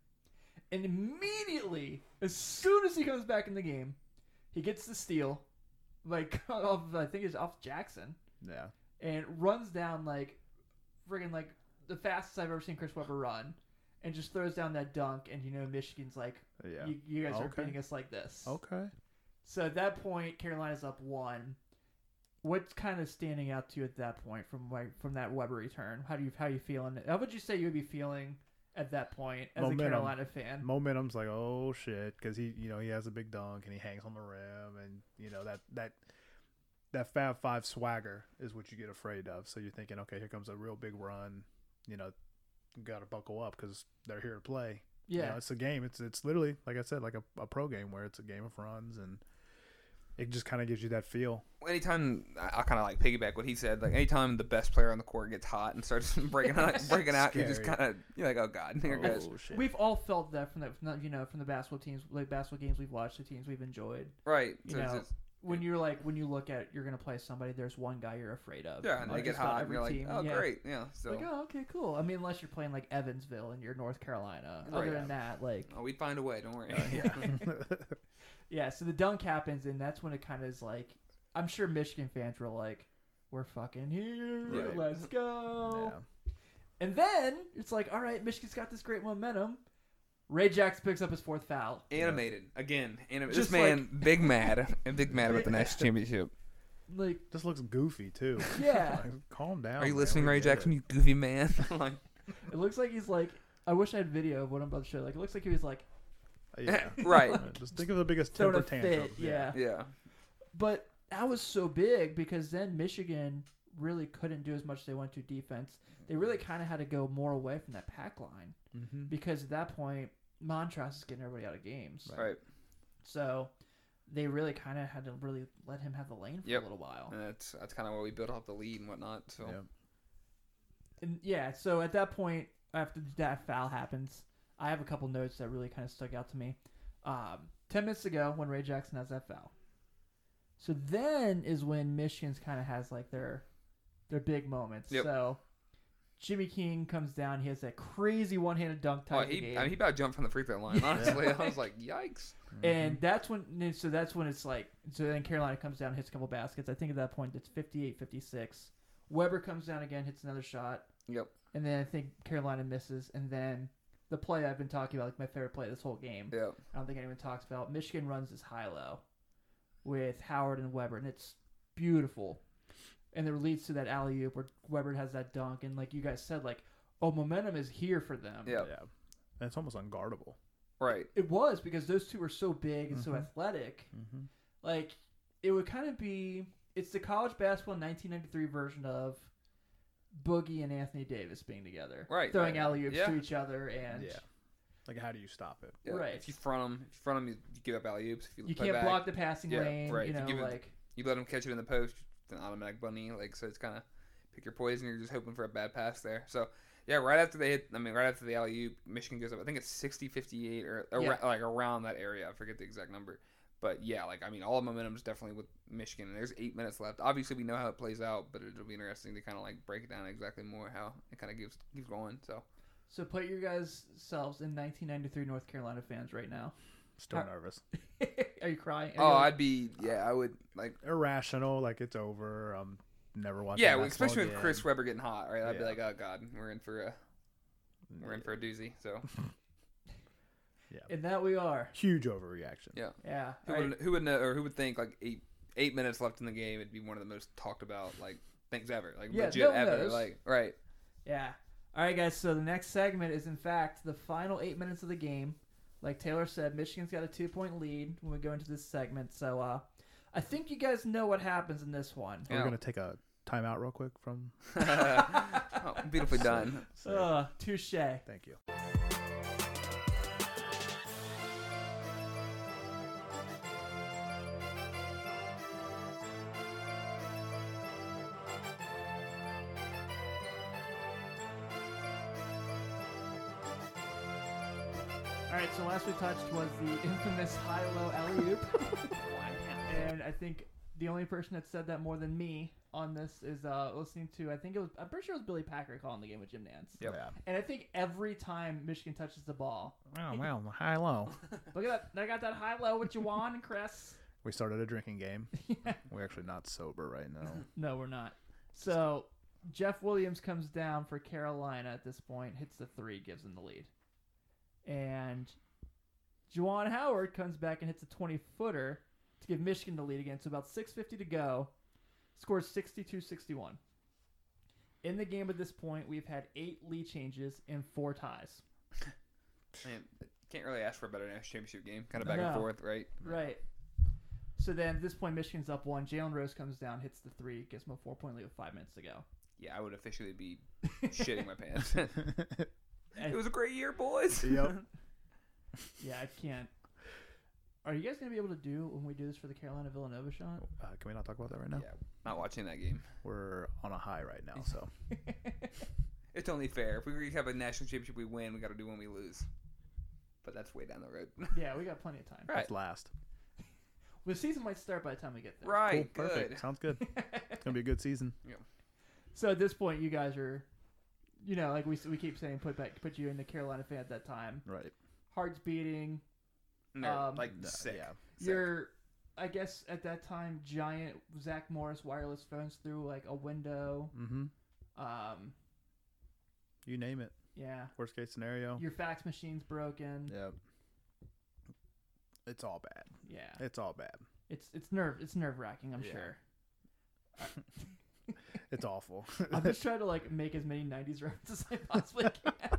S1: and immediately, as soon as he comes back in the game, he gets the steal, like off. I think it's off Jackson,
S3: Yeah.
S1: and runs down like, friggin' like the fastest I've ever seen Chris Webber run, and just throws down that dunk. And you know Michigan's like,
S3: Yeah.
S1: you, you guys are
S3: Okay. Oh.
S1: beating us like this.
S3: okay.
S1: So at that point, Carolina's up one. What's kind of standing out to you at that point from like from that Weber return? How do you how you feeling? How would you say you would be feeling at that point as
S3: Momentum.
S1: a Carolina fan?
S3: Momentum's like, oh shit, because he, you know, he has a big dunk and he hangs on the rim, and you know that that that Fab Five swagger is what you get afraid of. So you're thinking, okay, here comes a real big run. You know, got to buckle up because they're here to play. You
S1: Yeah,
S3: know, it's a game. It's it's literally like I said, like a, a pro game where it's a game of runs, and it just kind of gives you that feel.
S4: anytime I kind of like piggyback what he said. Like anytime the best player on the court gets hot and starts breaking out, breaking out, you just
S3: Scary.
S4: kind of you're like, oh god, here it goes.
S3: shit!
S1: we've all felt that from the you know from the basketball teams like basketball games we've watched the teams we've enjoyed.
S4: Right.
S1: You
S4: So it's
S1: know,
S4: just,
S1: When you're like when you look at you're gonna play somebody, there's one guy you're afraid of.
S4: yeah, and
S1: on
S4: they get
S1: just about
S4: hot, and
S1: every
S4: you're like,
S1: team.
S4: oh
S1: yeah.
S4: great, yeah. So
S1: Like oh okay cool. I mean unless you're playing like Evansville and you're North Carolina. Other
S4: Right.
S1: than that, like
S4: oh, we'd find a way. Don't worry.
S1: Yeah, so the dunk happens, and that's when it kind of is like, I'm sure Michigan fans were like, "We're fucking here,
S3: Right.
S1: let's go."
S3: yeah.
S1: And then it's like, all right, Michigan's got this great momentum. Ray Jackson picks up his fourth foul.
S4: Animated again. Animated.
S1: Just
S4: This man, big mad, and big mad about the national championship.
S1: Like,
S3: Just looks goofy too.
S1: yeah,
S3: Like, calm down.
S4: Are you
S3: Oh, man.
S4: listening,
S3: We
S4: Ray
S3: did it.
S4: Jackson? You goofy man. like,
S1: it looks like he's like, I wish I had video of what I'm about to show. Like, it looks like he was like
S3: Yeah.
S4: right.
S3: Uh, Just think of the biggest
S1: throwing
S3: temper
S1: a
S3: tantrum.
S1: fit. Yeah.
S4: Yeah.
S1: but that was so big because then Michigan really couldn't do as much as they wanted to defense. They really kind of had to go more away from that pack line.
S3: Mm-hmm.
S1: because at that point Montross is getting everybody out of games.
S3: Right.
S4: All right.
S1: So they really kind of had to really let him have the lane for
S4: Yep.
S1: a little while.
S4: And that's that's kind of where we built up the lead and whatnot. So
S3: Yeah.
S1: And yeah, so at that point after that foul happens, I have a couple notes that really kind of stuck out to me. Um, 10 minutes ago when Ray Jackson has that foul. So then is when Michigan's kind of has like their their big moments.
S4: Yep.
S1: So Jimmy King comes down. He has that crazy one-handed dunk.
S4: Oh,
S1: tie the
S4: he,
S1: game.
S4: I mean, he about jumped from the free throw line. Honestly, I was like, yikes.
S3: Mm-hmm.
S1: And that's when, and so that's when it's like, so then Carolina comes down, hits a couple baskets. I think at that point, it's 58 56. Weber comes down again, hits another shot.
S4: Yep.
S1: And then I think Carolina misses. And then the play I've been talking about, like my favorite play this whole game,
S4: Yeah.
S1: I don't think anyone talks about. Michigan runs this high low with Howard and Weber, and it's beautiful. And it leads to that alley oop where Weber has that dunk. And like you guys said, like, oh, momentum is here for them.
S4: Yeah.
S3: Yeah. And it's almost unguardable.
S4: Right.
S1: It was because those two were so big and so
S3: Mhm.
S1: athletic.
S3: Mm-hmm.
S1: like it would kind of be it's the college basketball 1993 version of Boogie and Anthony Davis being together,
S4: Right,
S1: Throwing
S4: right.
S1: alley oops
S4: Yeah.
S1: to each other, and
S3: yeah. Like, how do you stop it?
S4: Yeah.
S1: Right.
S4: If you front him, if you front him, you, you give up alley oops. If you,
S1: you
S4: play
S1: can't
S4: back,
S1: block the passing
S4: Yeah,
S1: lane.
S4: right.
S1: You
S4: If you
S1: know,
S4: give it-
S1: like
S4: you let him catch it in the post, it's an automatic bunny. Like so, it's kind of pick your poison. You're just hoping for a bad pass there. So yeah, right after they hit, I mean, right after the alley oop, Michigan goes up. I think it's 60-58 or ar-
S1: Yeah.
S4: like around that area. I forget the exact number. But yeah, like I mean, all the momentum's definitely with Michigan, and there's eight minutes left. Obviously, we know how it plays out, but it'll be interesting to kind of like break it down exactly more how it kind of keeps keeps going. So
S1: so. Put your guys selves in 1993 North Carolina fans right now.
S3: Still
S1: How-
S3: nervous.
S1: Are you crying? Are
S4: oh,
S1: you like-
S4: I'd be yeah, I would like
S3: Irrational. Like, it's over. I'm never watching
S4: yeah,
S3: basketball
S4: especially with
S3: again.
S4: Chris Webber getting hot, right? I'd be
S3: Yeah.
S4: like, oh god, we're in for a we're in for a doozy. So
S1: and that we are.
S3: Huge overreaction.
S4: Yeah.
S1: Yeah.
S4: Who
S1: All right.
S4: would who would know or who would think like eight eight minutes left in the game it'd be one of the most talked about like things ever like
S1: Yeah,
S4: legit
S1: no one
S4: ever
S1: knows.
S4: like right
S1: Yeah. All right, guys. So the next segment is, in fact, the final eight minutes of the game. Like Taylor said, Michigan's got a two point lead when we go into this segment. So uh, I think you guys know what happens in this one.
S4: Yeah.
S3: We're going to take a timeout real quick from.
S4: oh, beautifully done
S3: Sarah.
S1: Uh, touche.
S3: Thank you.
S1: All right. So last we touched was the infamous high low alley oop. and I think the only person that said that more than me on this is uh, listening to I think it was I'm pretty sure it was Billy Packer calling the game with Jim Nance.
S4: Yep.
S3: Yeah.
S1: And I think every time Michigan touches the ball,
S3: Oh well, high low.
S1: look at that. I got that high low with Juwan and Chris.
S3: We started a drinking game. We're actually not sober right now.
S1: No, we're not. So Jeff Williams comes down for Carolina at this point, hits the three, gives them the lead. And Juwan Howard comes back and hits a 20 footer to give Michigan the lead again. So about 6.50 to go, scores 62 61. In the game at this point, we've had eight lead changes and four ties.
S4: Man, can't really ask for a better national championship game. Kind of back and
S1: No.
S4: forth, right?
S1: Right. So then at this point, Michigan's up one. Jalen Rose comes down, hits the three, gives them a four point lead with five minutes to go.
S4: Yeah, I would officially be shitting my pants. it
S1: And-
S4: was a great year, boys.
S3: yep.
S1: Yeah, I can't. Are you guys gonna be able to do when we do this for the Carolina Villanova shot?
S3: Uh, can we not talk about that right now?
S4: Yeah, not watching that game.
S3: We're on a high right now, so
S4: It's only fair. If we have a national championship, we win. We got to do when we lose. But that's way down the road.
S1: yeah, we got plenty of time.
S4: Right.
S3: it's last.
S1: The season might start by the time we get there.
S3: Cool,
S4: right,
S3: perfect.
S4: good.
S3: Sounds good. It's gonna be a good season.
S1: So at this point, you guys are, you know, like we we keep saying, put back, put you in the Carolina fan at that time.
S3: Right.
S1: Heart's beating.
S4: No,
S1: Um,
S4: like
S3: No,
S4: sick.
S3: Yeah.
S4: Sick.
S1: Your, I guess at that time, giant Zach Morris wireless phones through like a window.
S3: Mm-hmm.
S1: Um,
S3: You name it.
S1: yeah,
S3: Worst case scenario.
S1: your fax machine's broken.
S3: Yep. It's all bad.
S1: Yeah,
S3: It's all bad.
S1: it's it's nerve it's nerve wracking. I'm
S3: Yeah.
S1: sure.
S3: It's awful.
S1: I'm just trying to like make as many '90s references as I possibly can.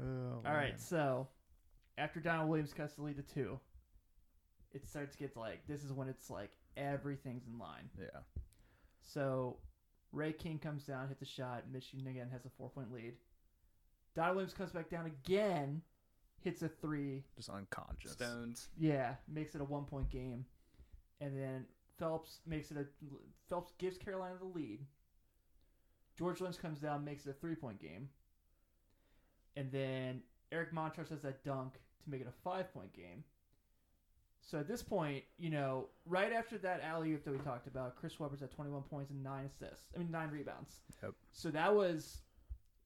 S3: Oh,
S1: All right, so after Donald Williams cuts the lead to two, it starts to get like this is when it's like everything's in line.
S3: Yeah.
S1: So Ray King comes down, hits a shot. Michigan again has a four point lead. Donald Williams comes back down again, hits a three.
S3: Just unconscious.
S4: Stones.
S1: Yeah, makes it a one point game, and then Phelps makes it a Phelps gives Carolina the lead. George Lynch comes down, makes it a three point game, and then Eric Montrose has that dunk to make it a five point game. So at this point, you know, right after that alley oop that we talked about, Chris Webber's at twenty one points and nine assists. I mean nine rebounds.
S3: Yep.
S1: So that was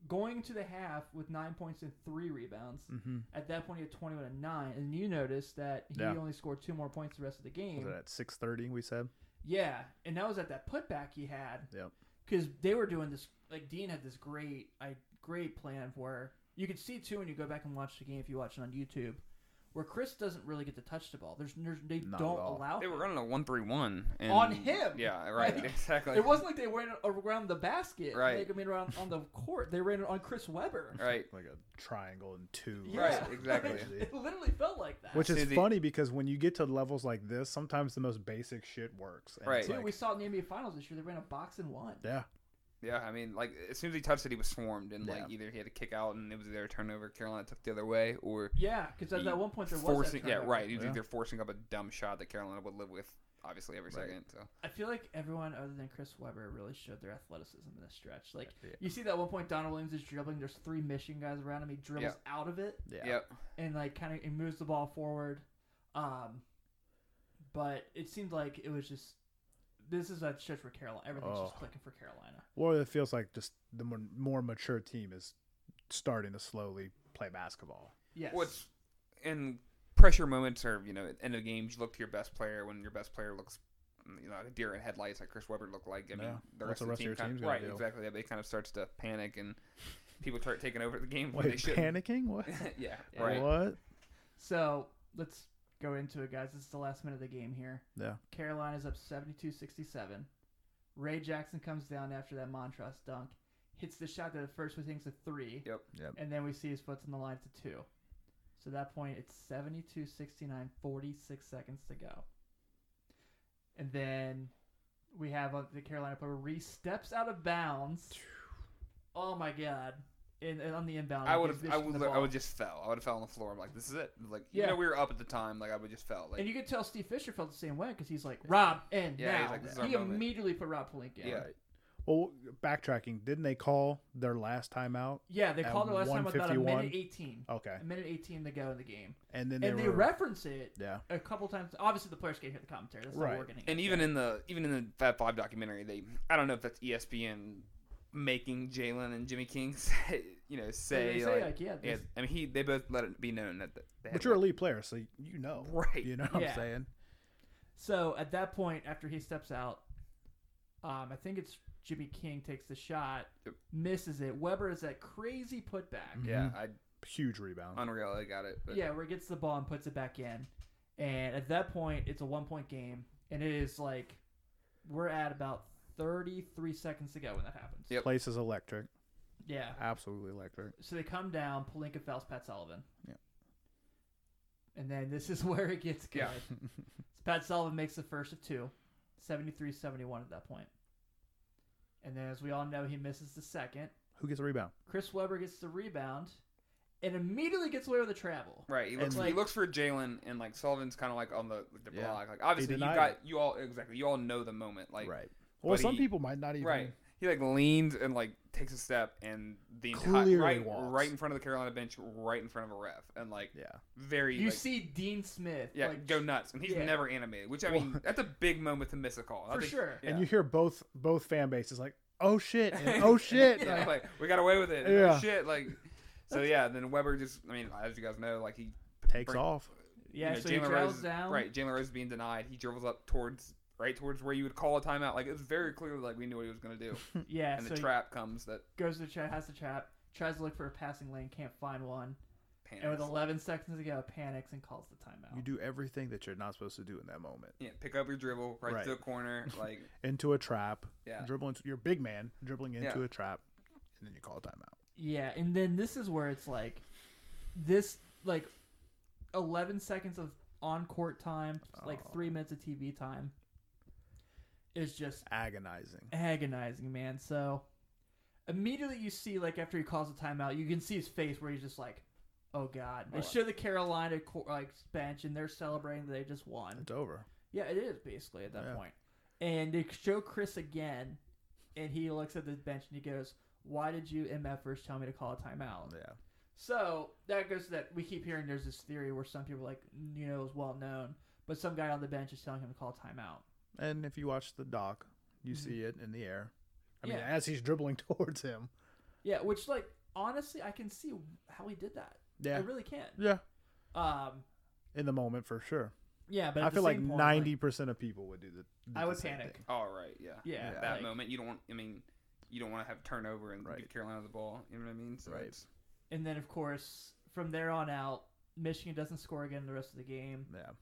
S1: going to the half with nine points and three rebounds.
S3: Mm-hmm.
S1: At that point, he had 21 and 9, and you noticed that he
S3: Yeah.
S1: only scored two more points the rest of the
S3: Was
S1: game.
S3: it at six thirty? We said.
S1: Yeah, and that was at that putback he had
S3: Yep.
S1: because they were doing this. Like Dean had this great, I great plan where you could see too when you go back and watch the game if you watch it on YouTube, where Chris doesn't really get to touch the ball. There's, there's they
S3: Not at
S1: don't
S3: all.
S1: allow.
S4: They were
S1: him.
S4: running a one-three-one and-
S1: On him!
S4: Yeah, right.
S1: Like,
S4: exactly.
S1: It wasn't like they ran around the basket.
S4: Right.
S1: Like, I mean, around on the court, they ran it on Chris Webber.
S4: right.
S3: Like a triangle and two.
S1: Yeah.
S4: Right, exactly.
S1: it literally felt like that.
S3: Which
S4: See,
S3: is
S4: the-
S3: funny because when you get to levels like this, sometimes the most basic shit works. And it's
S1: Dude,
S4: Right.
S1: we
S3: like-
S1: saw it in the NBA Finals this year. They ran a box and one.
S3: yeah.
S4: Yeah, I mean, like as soon as he touched it, he was swarmed, and like
S3: Yeah.
S4: either he had to kick out, and it was either a turnover. Carolina took the other way, or
S1: Yeah, because at
S4: he
S1: that one point there was that
S4: forcing. yeah,
S1: turnover.
S4: right. He was
S3: Yeah.
S4: either forcing up a dumb shot that Carolina would live with, obviously every
S3: Right.
S4: second. So
S1: I feel like everyone other than Chris Webber really showed their athleticism in this stretch. Like
S3: Yeah.
S1: you see that one point Donald Williams is dribbling. There's three Michigan guys around him. He dribbles out of it
S3: Yeah.
S4: yep,
S1: and like kind of moves the ball forward. Um, but it seemed like it was just this is a stretch for Carolina. Everything's just
S3: Oh.
S1: clicking for Carolina.
S3: Or it feels like just the more, more mature team is starting to slowly play basketball.
S1: Yes.
S4: what's in pressure moments or you know at end of games, you look to your best player when your best player looks. You know, like a deer in headlights, like Chris Webber looked like. I mean,
S3: Yeah.
S4: the
S3: What's
S4: rest,
S3: the
S4: of the team,
S3: rest of your
S4: kind
S3: team's
S4: of,
S3: gonna
S4: right,
S3: do?
S4: exactly. They kind of starts to panic, and people start taking over the game when
S3: Wait,
S4: they should.
S3: panicking? What?
S4: yeah, right.
S3: What?
S1: So let's go into it, guys. This is the last minute of the game here.
S3: Yeah.
S1: Carolina's up 72-67. Ray Jackson comes down after that Montrose dunk, hits the shot that at first we think's a three,
S4: Yep.
S3: Yep.
S1: and then we see his foot's in the line to two. So at that point, it's 72-69, 46 seconds to go. And then we have uh, the Carolina player Reese steps out of bounds. Oh my god! And, and on the inbound,
S4: I would
S1: gives
S4: have. I
S1: Michigan
S4: would.
S1: the
S4: I
S1: ball.
S4: would just fell. I would have fell on the floor. I'm like, this is it. Like,
S1: Yeah.
S4: you know, we were up at the time. Like, I would just fell. Like,
S1: And you could tell Steve Fisher felt the same way because he's like, Rob, and
S4: Yeah, he's
S1: now.
S4: like, "This is our
S1: he
S4: moment."
S1: immediately put Rob Polink in.
S4: Yeah.
S3: Well, backtracking, didn't they call their last timeout?
S1: Yeah, they
S3: At
S1: called it last time with about a
S3: 151?
S1: minute 18.
S3: Okay,
S1: A minute 18 to go in the game.
S3: and then
S1: And,
S3: they
S1: they,
S3: were
S1: reference it
S3: yeah.
S1: a couple times. Obviously, the players can't hear the commentary. That's
S3: Right.
S1: not working.
S4: And even in the even in the Fab Five documentary, they I don't know if that's E ESPN making Jalen and Jimmy King say, you know say,
S1: they say,
S4: like,
S1: like, yeah,
S4: yeah.
S1: this-
S4: I mean he they both let it be known that the, they had
S3: But you're a
S4: like-
S3: lead player, so you know,
S4: right.
S3: You know what
S1: Yeah.
S3: I'm saying?
S1: So at that point, after he steps out, um, I think it's Jimmy King takes the shot,
S4: Yep.
S1: misses it. Weber is that crazy putback.
S4: Yeah,
S3: Mhm.
S4: I
S3: Huge rebound.
S4: unreal. I got it. But
S1: Yeah, where he gets the ball and puts it back in. And at that point, it's a one point game. And it is like, we're at about 33 seconds to go when that happens.
S4: Yep.
S3: Place is electric.
S1: Yeah.
S3: Absolutely electric.
S1: So they come down, Palinka fouls Pat Sullivan.
S3: Yeah.
S1: And then this is where it gets good.
S4: Yeah.
S1: So Pat Sullivan makes the first of two, 73 71 at that point. And then, as we all know, he misses the second.
S3: Who gets a rebound?
S1: Chris Webber gets the rebound and immediately gets away with a travel.
S4: Right, he
S3: And,
S4: looks he
S1: like-
S4: looks for Jalen, and like Sullivan's kind of like on the the
S3: Yeah.
S4: block. Like obviously you
S3: denied
S4: got you all exactly you all know the moment. Like
S3: right. Well,
S4: but
S3: some
S4: he-
S3: people might not even.
S4: Right. He like leans and like takes a step and the entire
S3: Clearly
S4: right,
S3: walks.
S4: right in front of the Carolina bench, right in front of a ref, and like
S3: Yeah.
S4: very
S1: You
S4: like,
S1: see Dean Smith.
S4: yeah
S1: like,
S4: go nuts, and he's
S1: yeah.
S4: never animated. Which I mean, that's a big moment to miss a call. I
S1: For
S4: think-
S1: sure.
S4: yeah.
S3: And you hear both both fan bases like, oh shit, and, oh shit.
S4: Yeah,
S3: Like,
S4: like we got away with it.
S3: Yeah.
S4: Yeah. Shit, like so yeah. Then Weber just, I mean, as you guys know, like he
S3: takes
S4: Right.
S3: off.
S1: Yeah,
S4: you know,
S1: so he
S4: Jalen
S1: travels
S4: Rose,
S1: down.
S4: Right, Jalen Rose is being denied. He dribbles up towards right towards where you would call a timeout. Like it was very clear. Like we knew what he was gonna do,
S3: Hmm.
S1: Yeah,
S4: and
S1: so
S4: the trap comes that
S1: he goes to the trap, has the trap, tries to look for a passing lane, can't find one.
S4: panics.
S1: And with 11 seconds to go, panics and calls the timeout.
S3: You do everything that you're not supposed to do in that moment.
S4: yeah, pick up your dribble right,
S3: Right.
S4: to the corner. Like
S3: Into a trap.
S4: yeah,
S3: Dribbling. Your big man dribbling into
S4: Yeah.
S3: a trap, and then you call a timeout.
S1: Yeah, and then this is where it's like this like 11 seconds of on court time, like
S3: Oh.
S1: 3 minutes of TV time is just
S3: Agonizing.
S1: agonizing, man. So immediately you see like after he calls the timeout, you can see his face where he's just like Oh God! They
S4: Oh.
S1: show the Carolina cour- like bench, and they're celebrating that they just won.
S3: It's over.
S1: Yeah, it is basically at that
S3: Yeah.
S1: point. And they show Chris again, and he looks at the bench and he goes, "Why did you mfers tell me to call a timeout?"
S3: Yeah.
S1: So that goes to that we keep hearing there's this theory where some people like you know is well known, but some guy on the bench is telling him to call timeout.
S3: And if you watch the doc, you
S1: Mhm.
S3: see it in the air. Mm-hmm. I mean,
S1: Yeah.
S3: as he's dribbling towards him.
S1: Yeah, which like honestly I can see how he did that. I
S3: Yeah.
S1: really can.
S3: Yeah.
S1: Um,
S3: In the moment, for sure.
S1: yeah, but at
S3: I
S1: the
S3: feel like
S1: same point,
S3: ninety percent of people would do the. do
S1: I
S3: the
S1: would
S3: same
S1: panic.
S3: thing.
S4: all right, yeah,
S1: Yeah,
S4: At that
S1: like-
S4: moment, you don't want. I mean, you don't want to have turnover and
S3: Right.
S4: give Carolina the ball. You know what I mean? So
S3: Right.
S4: it's-
S1: and then of course from there on out, Michigan doesn't score again the rest of the game.
S3: Yeah.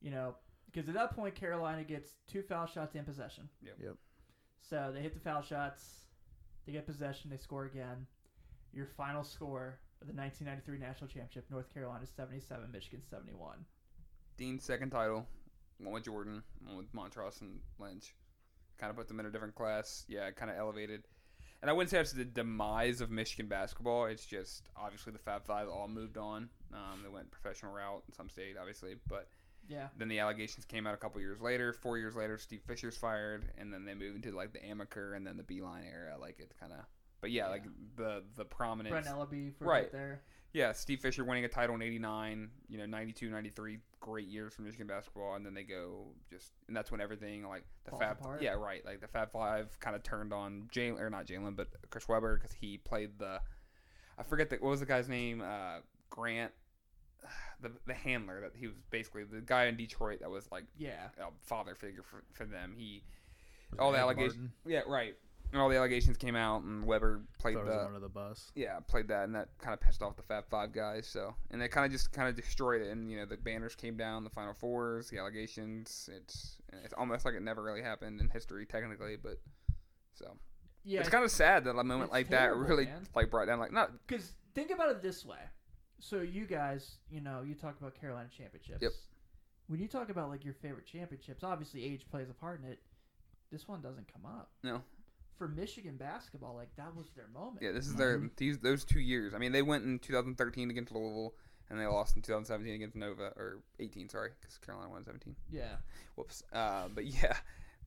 S1: You know, because at that point Carolina gets two foul shots in possession.
S4: Yep.
S3: Yep.
S1: So they hit the foul shots, they get possession, they score again. Your final score of the 1993 national championship: North Carolina 77, Michigan 71.
S4: Dean's second title, one with Jordan, one with Montross and Lynch. Kind of put them in a different class. Yeah, kind of elevated. And I wouldn't say it's the demise of Michigan basketball. It's just obviously the Fab Five all moved on. Um, they went professional route in some state, obviously, but
S1: Yeah,
S4: then the allegations came out a couple years later. Four years later, Steve Fisher's fired, and then they moved into like the Amaker and then the Beeline era. Like it's kind of, but yeah, like
S1: Yeah.
S4: the the prominence.
S1: Brent Ellaby for
S4: Right.
S1: right there.
S4: Yeah, Steve Fisher winning a title in 89, you know, 92, 93, great years for Michigan basketball. And then they go just, and that's when everything, like the
S1: Falls
S4: Fab,
S1: apart.
S4: yeah, right. Like the Fab Five kind of turned on Jalen, or not Jalen, but Chris Webber because he played the, I forget the, what was the guy's name? Uh, Grant, the, the handler that he was basically the guy in Detroit that was like
S1: Yeah,
S4: a father figure for, for them. He,
S3: Was it
S4: all the
S3: Ed
S4: allegations,
S3: Martin
S4: yeah, right. And all the allegations came out, and Webber played
S3: Throws
S4: the,
S3: him under the bus.
S4: yeah, played that, and that kind of pissed off the Fab Five guys. So, and they kind of just kind of destroyed it. And you know, the banners came down, the Final Fours, the allegations. It's it's almost like it never really happened in history, technically. But so
S1: yeah.
S4: it's kind of sad that a moment
S1: it's
S4: like
S1: terrible,
S4: that really
S1: man.
S4: like brought down like not
S1: Because think about it this way. So you guys, you know, you talk about Carolina championships.
S4: Yep.
S1: When you talk about like your favorite championships, obviously age plays a part in it. This one doesn't come up.
S4: No.
S1: For Michigan basketball, like that was their moment.
S4: yeah. This is their these those two years. I mean, they went in 2013 against Louisville, and they lost in 2017 against Nova or 18, sorry, because Carolina won 17.
S1: Yeah.
S4: Whoops. Uh, but yeah,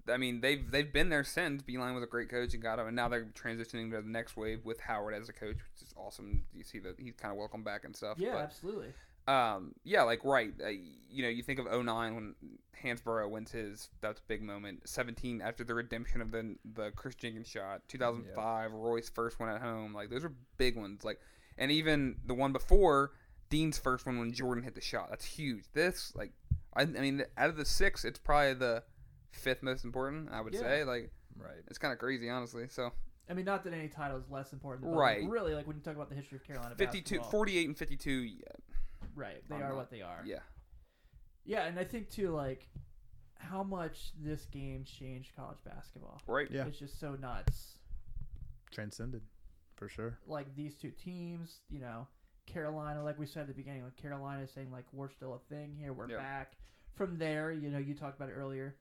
S4: I mean, they've they've been there since. Beeline was a great coach and got him, and now they're transitioning to the next wave with Howard as a coach, which is awesome. You see that he's kind of welcome back and stuff.
S1: Yeah,
S4: but-
S1: absolutely.
S4: um, yeah, like right, uh, you know, you think of 09 when Hansborough wins his that's a big moment. 17 after the redemption of the the Chris Jenkins shot. 2005 Roy's first one at home. Like those are big ones. Like and even the one before Dean's first one when Jordan hit the shot. That's huge. This like I, I mean out of the six, it's probably the fifth most important. I would
S1: Yeah.
S4: say like
S3: Right.
S4: it's kind of crazy honestly. So
S1: I mean, not that any title is less important, but
S4: Right.
S1: Like, really, like when you talk about the history of Carolina
S4: 52,
S1: basketball,
S4: 48 and 52. Yeah,
S1: right? They
S4: I'm
S1: are
S4: not-
S1: what they are.
S4: yeah.
S1: Yeah, and I think too, like how much this game changed college basketball.
S4: right.
S3: Yeah.
S1: It's just so nuts.
S3: Transcended, for sure.
S1: Like these two teams, you know, Carolina, like we said at the beginning, like Carolina saying like we're still a thing here, we're
S4: Yeah.
S1: back. From there, you know, you talked about it earlier.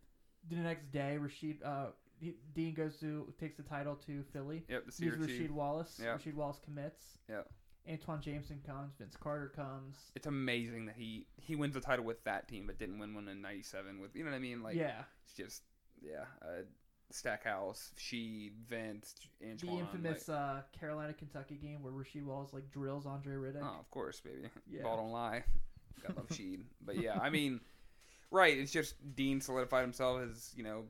S1: The next day, Rashid uh, he, Dean goes to takes the title to Philly.
S4: Yep. The
S1: He's
S4: CRT.
S1: Rasheed Wallace.
S4: Yeah.
S1: Rasheed Wallace commits.
S4: Yeah.
S1: Antoine Jameson comes. Vince Carter comes.
S4: it's amazing that he he wins the title with that team, but didn't win one in '97 with you know what I mean. Like
S1: yeah,
S4: it's just yeah, uh, Stackhouse, she, Vince,
S1: the
S4: Antoine.
S1: infamous uh, Carolina Kentucky game where Rasheed Wallace like drills Andre Riddick.
S4: like, oh, of course, baby.
S1: uh, Yeah.
S4: Ball don't lie. God love Sheed, but yeah, I mean, right? It's just Dean solidified himself as you know,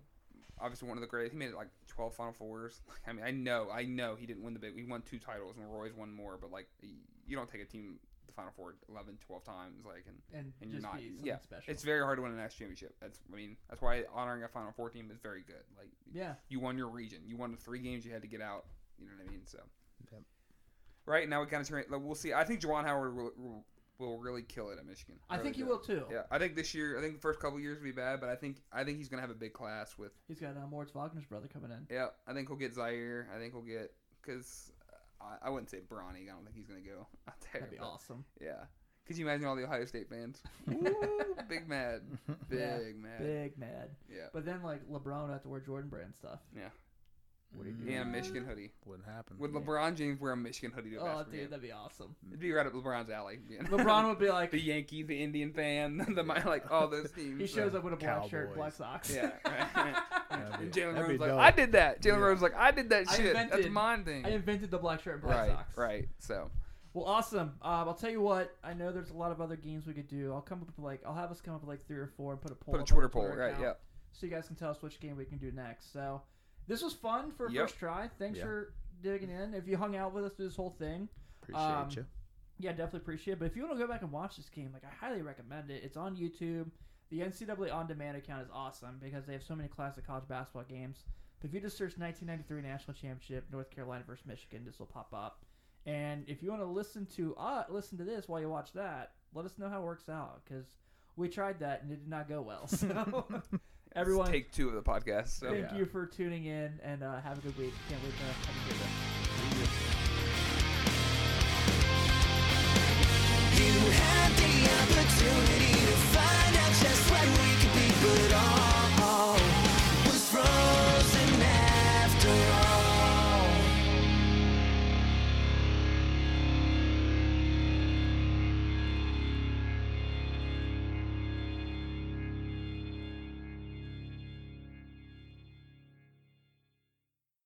S4: obviously one of the greatest. He made it like 12 Final Fours. Like, I mean, I know, I know he didn't win the big. He won two titles, and Roy's won more. But like, y- you don't take a team the Final Four 11, 12 times, like, and
S1: and,
S4: And you're
S1: just
S4: not- e-
S1: be something
S4: yeah,
S1: special.
S4: It's very hard to win a national championship. That's I mean that's why honoring a Final Four team is very good. Like
S1: yeah,
S4: you won your region, you won the three games you had to get out. You know what I mean? So,
S3: Yep.
S4: right now we kind of turn. Like, we'll see. I think Juwan Howard will, will, will really kill it at Michigan.
S1: I
S4: Really
S1: think he
S4: do.
S1: will too.
S4: Yeah, I think this year. I think the first couple years will be bad, but I think I think he's gonna have a big class with.
S1: He's got uh, Moritz Wagner's brother coming in.
S4: Yeah, I think he'll get Zaire. I think he'll get because I, I wouldn't say Bronny. I don't think he's gonna go out there.
S1: That'd be
S4: but,
S1: awesome.
S4: Yeah. Could you imagine all the Ohio State fans? Ooh, big mad, big
S1: Yeah,
S4: mad,
S1: Big mad.
S4: yeah.
S1: But then like LeBron would have to wear Jordan brand stuff.
S4: Yeah.
S1: What
S3: Mm.
S1: do you do?
S4: And a Michigan hoodie.
S3: Wouldn't happen.
S4: Would LeBron James wear a Michigan hoodie to a
S1: Mm. Oh,
S4: basketball
S1: dude,
S4: game?
S1: that'd be awesome.
S4: It'd be right up LeBron's alley. you know?
S1: LeBron would be like,
S4: the Yankee, the Indian fan, the my, like all those teams.
S1: he shows up with a black shirt,
S3: Cowboys.
S1: black socks.
S4: Yeah, right.
S3: That'd
S4: And
S3: be-
S4: Jalen
S3: that'd be
S4: Rose like,
S3: dope.
S4: I did that.
S3: Yeah.
S4: Jalen Rose like, I did that
S1: I
S4: shit. That's
S1: invented-
S4: mine thing.
S1: I invented the black shirt and black
S4: right,
S1: socks.
S4: right. So
S1: Well, awesome. Um, I'll tell you what. I know there's a lot of other games we could do. I'll come up with like, I'll have us come up with like three or four and put a poll.
S4: put a
S1: up on
S4: Twitter
S1: the
S4: poll. Right,
S1: account
S4: yeah.
S1: So you guys can tell us which game we can do next. So this was fun for a
S4: Yep.
S1: first try. Thanks
S3: Yeah.
S1: for digging in. If you hung out with us through this whole thing,
S3: Appreciate
S1: um,
S3: you.
S1: Yeah, definitely appreciate it. But if you want to go back and watch this game, like I highly recommend it. It's on YouTube. The NCAA On Demand account is awesome because they have so many classic college basketball games. But if you just search 1993 National Championship, North Carolina versus Michigan, this will pop up. And if you want to listen to uh, listen to this while you watch that, let us know how it works out because we tried that and it did not go well. So everyone,
S4: It's take two of the podcast. So
S1: thank
S3: yeah.
S1: you for tuning in and uh, have a good week. Can't wait to have a good one.
S2: You had the opportunity